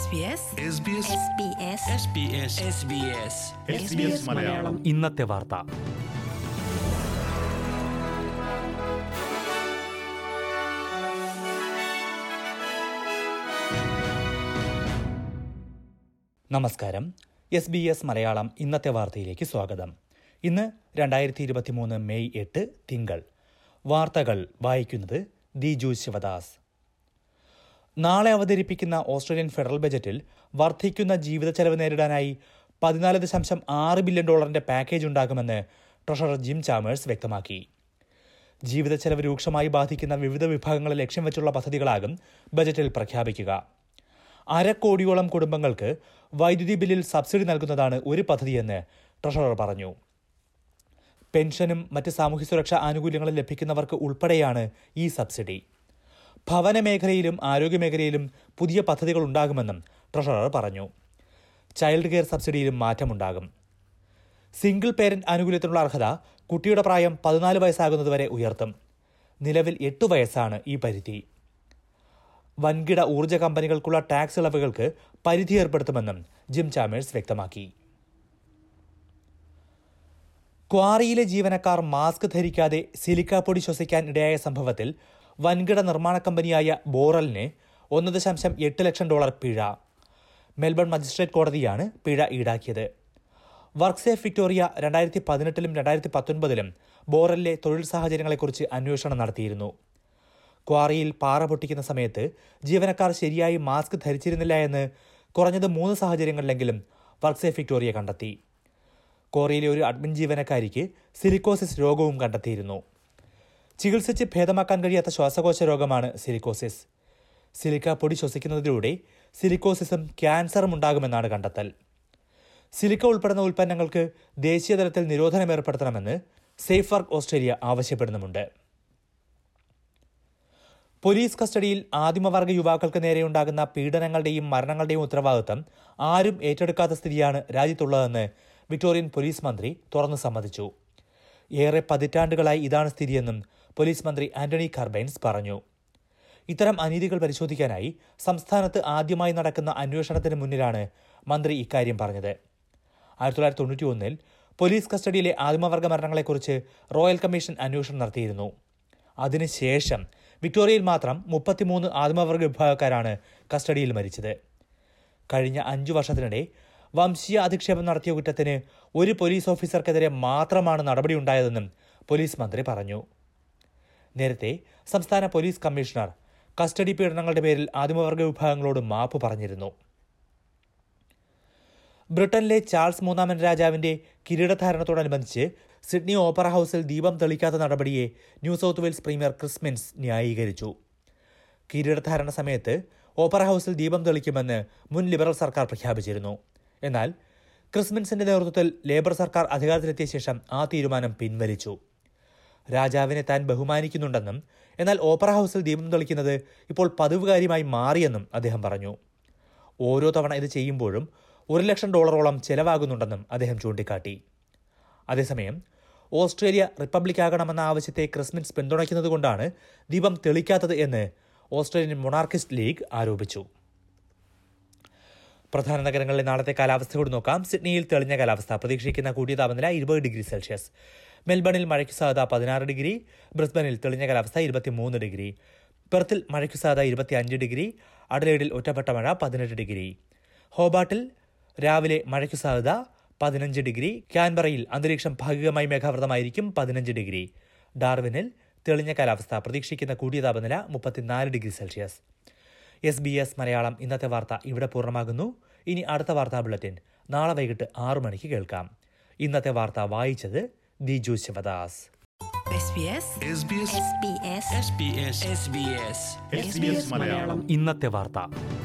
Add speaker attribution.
Speaker 1: SBS
Speaker 2: SBS
Speaker 3: SBS Malayalam
Speaker 4: ഇന്നത്തെ വാർത്ത നമസ്കാരം എസ് ബി എസ് മലയാളം ഇന്നത്തെ വാർത്തയിലേക്ക് സ്വാഗതം ഇന്ന് രണ്ടായിരത്തി ഇരുപത്തിമൂന്ന് മെയ് എട്ട് തിങ്കൾ വാർത്തകൾ വായിക്കുന്നത് ദിജു ശിവദാസ് നാളെ അവതരിപ്പിക്കുന്ന ഓസ്ട്രേലിയൻ ഫെഡറൽ ബജറ്റിൽ വർദ്ധിക്കുന്ന ജീവിത ചെലവ് നേരിടാനായി പതിനാല് ദശാംശം ആറ് ബില്യൺ ഡോളറിന്റെ പാക്കേജ് ഉണ്ടാകുമെന്ന് ട്രഷറർ ജിം ചാമേഴ്സ് വ്യക്തമാക്കി ജീവിത ചെലവ് രൂക്ഷമായി ബാധിക്കുന്ന വിവിധ വിഭാഗങ്ങളെ ലക്ഷ്യം വെച്ചുള്ള പദ്ധതികളാകും ബജറ്റിൽ പ്രഖ്യാപിക്കുക അരക്കോടിയോളം കുടുംബങ്ങൾക്ക് വൈദ്യുതി ബില്ലിൽ സബ്സിഡി നൽകുന്നതാണ് ഒരു പദ്ധതിയെന്ന് ട്രഷറർ പറഞ്ഞു പെൻഷനും മറ്റ് സാമൂഹ്യ സുരക്ഷാ ആനുകൂല്യങ്ങളും ലഭിക്കുന്നവർക്ക് ഉൾപ്പെടെയാണ് ഈ സബ്സിഡി ഭവന മേഖലയിലും ആരോഗ്യമേഖലയിലും പുതിയ പദ്ധതികൾ ഉണ്ടാകുമെന്നും ട്രഷറർ പറഞ്ഞു ചൈൽഡ് കെയർ സബ്സിഡിയിലും മാറ്റമുണ്ടാകും സിംഗിൾ പേരന്റ് ആനുകൂല്യത്തിനുള്ള അർഹത കുട്ടിയുടെ പ്രായം പതിനാല് വയസ്സാകുന്നതുവരെ ഉയർത്തും നിലവിൽ എട്ട് വയസ്സാണ് ഈ പരിധി വൻകിട ഊർജ്ജ കമ്പനികൾക്കുള്ള ടാക്സ് ഇളവുകൾക്ക് പരിധി ഏർപ്പെടുത്തുമെന്നും ജിം ചാമേഴ്സ് വ്യക്തമാക്കി ക്വാറിയിലെ ജീവനക്കാർ മാസ്ക് ധരിക്കാതെ സിലിക്കാപ്പൊടി ശ്വസിക്കാൻ ഇടയായ സംഭവത്തിൽ വൻകിട നിർമ്മാണ കമ്പനിയായ ബോറലിന് ഒന്ന് ദശാംശം എട്ട് ലക്ഷം ഡോളർ പിഴ മെൽബൺ മജിസ്ട്രേറ്റ് കോടതിയാണ് പിഴ ഈടാക്കിയത് വർക്ക് സേഫ് വിക്ടോറിയ രണ്ടായിരത്തി പതിനെട്ടിലും രണ്ടായിരത്തി പത്തൊൻപതിലും ബോറലിലെ തൊഴിൽ സാഹചര്യങ്ങളെക്കുറിച്ച് അന്വേഷണം നടത്തിയിരുന്നു ക്വാറിയിൽ പാറ പൊട്ടിക്കുന്ന സമയത്ത് ജീവനക്കാർ ശരിയായി മാസ്ക് ധരിച്ചിരുന്നില്ല എന്ന് കുറഞ്ഞത് മൂന്ന് സാഹചര്യങ്ങളിലെങ്കിലും വർക്ക് സേഫ് വിക്ടോറിയ കണ്ടെത്തി ക്വാറിയിലെ ഒരു അഡ്മിൻ ജീവനക്കാരിക്ക് സിലിക്കോസിസ് രോഗവും കണ്ടെത്തിയിരുന്നു ചികിത്സിച്ച് ഭേദമാക്കാൻ കഴിയാത്ത ശ്വാസകോശ രോഗമാണ് സിലിക്കോസിസ് സിലിക്ക പൊടി ശ്വസിക്കുന്നതിലൂടെ സിലിക്കോസിസും ക്യാൻസറും ഉണ്ടാകുമെന്നാണ് കണ്ടെത്തൽ സിലിക്ക ഉൾപ്പെടുന്ന ഉൽപ്പന്നങ്ങൾക്ക് ദേശീയതലത്തിൽ നിരോധനം ഏർപ്പെടുത്തണമെന്ന് സേഫ് വർക്ക് ഓസ്ട്രേലിയ ആവശ്യപ്പെടുന്നുമുണ്ട് പോലീസ് കസ്റ്റഡിയിൽ ആദിമവർഗ യുവാക്കൾക്ക് നേരെയുണ്ടാകുന്ന പീഡനങ്ങളുടെയും മരണങ്ങളുടെയും ഉത്തരവാദിത്തം ആരും ഏറ്റെടുക്കാത്ത സ്ഥിതിയാണ് രാജ്യത്തുള്ളതെന്ന് വിക്ടോറിയൻ പോലീസ് മന്ത്രി തുറന്നു സമ്മതിച്ചു ഏറെ പതിറ്റാണ്ടുകളായി ഇതാണ് സ്ഥിതിയെന്നും പോലീസ് മന്ത്രി ആന്റണി കാർബൈൻസ് പറഞ്ഞു ഇത്തരം അനീതികൾ പരിശോധിക്കാനായി സംസ്ഥാനത്ത് ആദ്യമായി നടക്കുന്ന അന്വേഷണത്തിന് മുന്നിലാണ് മന്ത്രി ഇക്കാര്യം പറഞ്ഞത് ആയിരത്തി തൊള്ളായിരത്തി തൊണ്ണൂറ്റി ഒന്നിൽ പോലീസ് കസ്റ്റഡിയിലെ ആദിമവർഗ മരണങ്ങളെക്കുറിച്ച് റോയൽ കമ്മീഷൻ അന്വേഷണം നടത്തിയിരുന്നു അതിനുശേഷം വിക്ടോറിയയിൽ മാത്രം മുപ്പത്തിമൂന്ന് ആദിമവർഗ വിഭാഗക്കാരാണ് കസ്റ്റഡിയിൽ മരിച്ചത് കഴിഞ്ഞ അഞ്ചു വർഷത്തിനിടെ വംശീയ അധിക്ഷേപം നടത്തിയ കുറ്റത്തിന് ഒരു പോലീസ് ഓഫീസർക്കെതിരെ മാത്രമാണ് നടപടിയുണ്ടായതെന്നും പോലീസ് മന്ത്രി പറഞ്ഞു നേരത്തെ സംസ്ഥാന പോലീസ് കമ്മീഷണർ കസ്റ്റഡി പീഡനങ്ങളുടെ പേരിൽ ആദിമവർഗ വിഭാഗങ്ങളോട് മാപ്പ് പറഞ്ഞിരുന്നു ബ്രിട്ടനിലെ ചാൾസ് മൂന്നാമൻ രാജാവിന്റെ കിരീടധാരണത്തോടനുബന്ധിച്ച് സിഡ്നി ഓപ്പറ ഹൌസിൽ ദീപം തെളിക്കാത്ത നടപടിയെ new south Wales premier Chris Minns ന്യായീകരിച്ചു കിരീടധാരണ സമയത്ത് ഓപ്പറ ഹൌസിൽ ദീപം തെളിക്കുമെന്ന് മുൻ ലിബറൽ സർക്കാർ പ്രഖ്യാപിച്ചിരുന്നു എന്നാൽ ക്രിസ്മിൻസിന്റെ നേതൃത്വത്തിൽ ലേബർ സർക്കാർ അധികാരത്തിലെത്തിയ ശേഷം ആ തീരുമാനം പിൻവലിച്ചു രാജാവിനെ താൻ ബഹുമാനിക്കുന്നുണ്ടെന്നും എന്നാൽ ഓപ്പറ ഹൗസിൽ ദീപം തെളിക്കുന്നത് ഇപ്പോൾ പതിവ് കാര്യമായി മാറിയെന്നും അദ്ദേഹം പറഞ്ഞു ഓരോ തവണ ഇത് ചെയ്യുമ്പോഴും ഒരു ലക്ഷം ഡോളറോളം ചെലവാകുന്നുണ്ടെന്നും അദ്ദേഹം ചൂണ്ടിക്കാട്ടി അതേസമയം ഓസ്ട്രേലിയ റിപ്പബ്ലിക് ആകണമെന്ന ആവശ്യത്തെ ക്രിസ്മിൻസ് പിന്തുണയ്ക്കുന്നതുകൊണ്ടാണ് ദീപം തെളിക്കാത്തത് എന്ന് ഓസ്ട്രേലിയൻ മൊണാർക്കിസ്റ്റ് ലീഗ് ആരോപിച്ചു പ്രധാന നഗരങ്ങളിലെ നാളത്തെ കാലാവസ്ഥ കൂടി നോക്കാം സിഡ്നിയിൽ തെളിഞ്ഞ കാലാവസ്ഥ പ്രതീക്ഷിക്കുന്ന കൂടിയ താപനില ഇരുപത് ഡിഗ്രി സെൽഷ്യസ് മെൽബണിൽ മഴയ്ക്ക് സാധ്യത പതിനാറ് ഡിഗ്രി ബ്രിസ്ബനിൽ തെളിഞ്ഞ കാലാവസ്ഥ ഇരുപത്തിമൂന്ന് ഡിഗ്രി പെർത്തിൽ മഴയ്ക്ക് സാധ്യത ഇരുപത്തിയഞ്ച് ഡിഗ്രി അഡലേഡിൽ ഒറ്റപ്പെട്ട മഴ പതിനെട്ട് ഡിഗ്രി ഹോബാട്ടിൽ രാവിലെ മഴയ്ക്ക് സാധ്യത പതിനഞ്ച് ഡിഗ്രി ക്യാൻബറയിൽ അന്തരീക്ഷം ഭാഗികമായി മേഘാവൃതമായിരിക്കും പതിനഞ്ച് ഡിഗ്രി ഡാർവിനിൽ തെളിഞ്ഞ കാലാവസ്ഥ പ്രതീക്ഷിക്കുന്ന കൂടിയ താപനില മുപ്പത്തിനാല് degree Celsius S B S Malayalam ഇന്നത്തെ വാർത്ത ഇവിടെ പൂർണ്ണമാകുന്നു ഇനി അടുത്ത വാർത്താ ബുള്ളറ്റിൻ നാളെ വൈകിട്ട് ആറു മണിക്ക് കേൾക്കാം ഇന്നത്തെ വാർത്ത വായിച്ചത് Diju Sivadas
Speaker 1: SBS
Speaker 2: SBS
Speaker 3: SBS Malayalam
Speaker 4: ഇന്നത്തെ വാർത്ത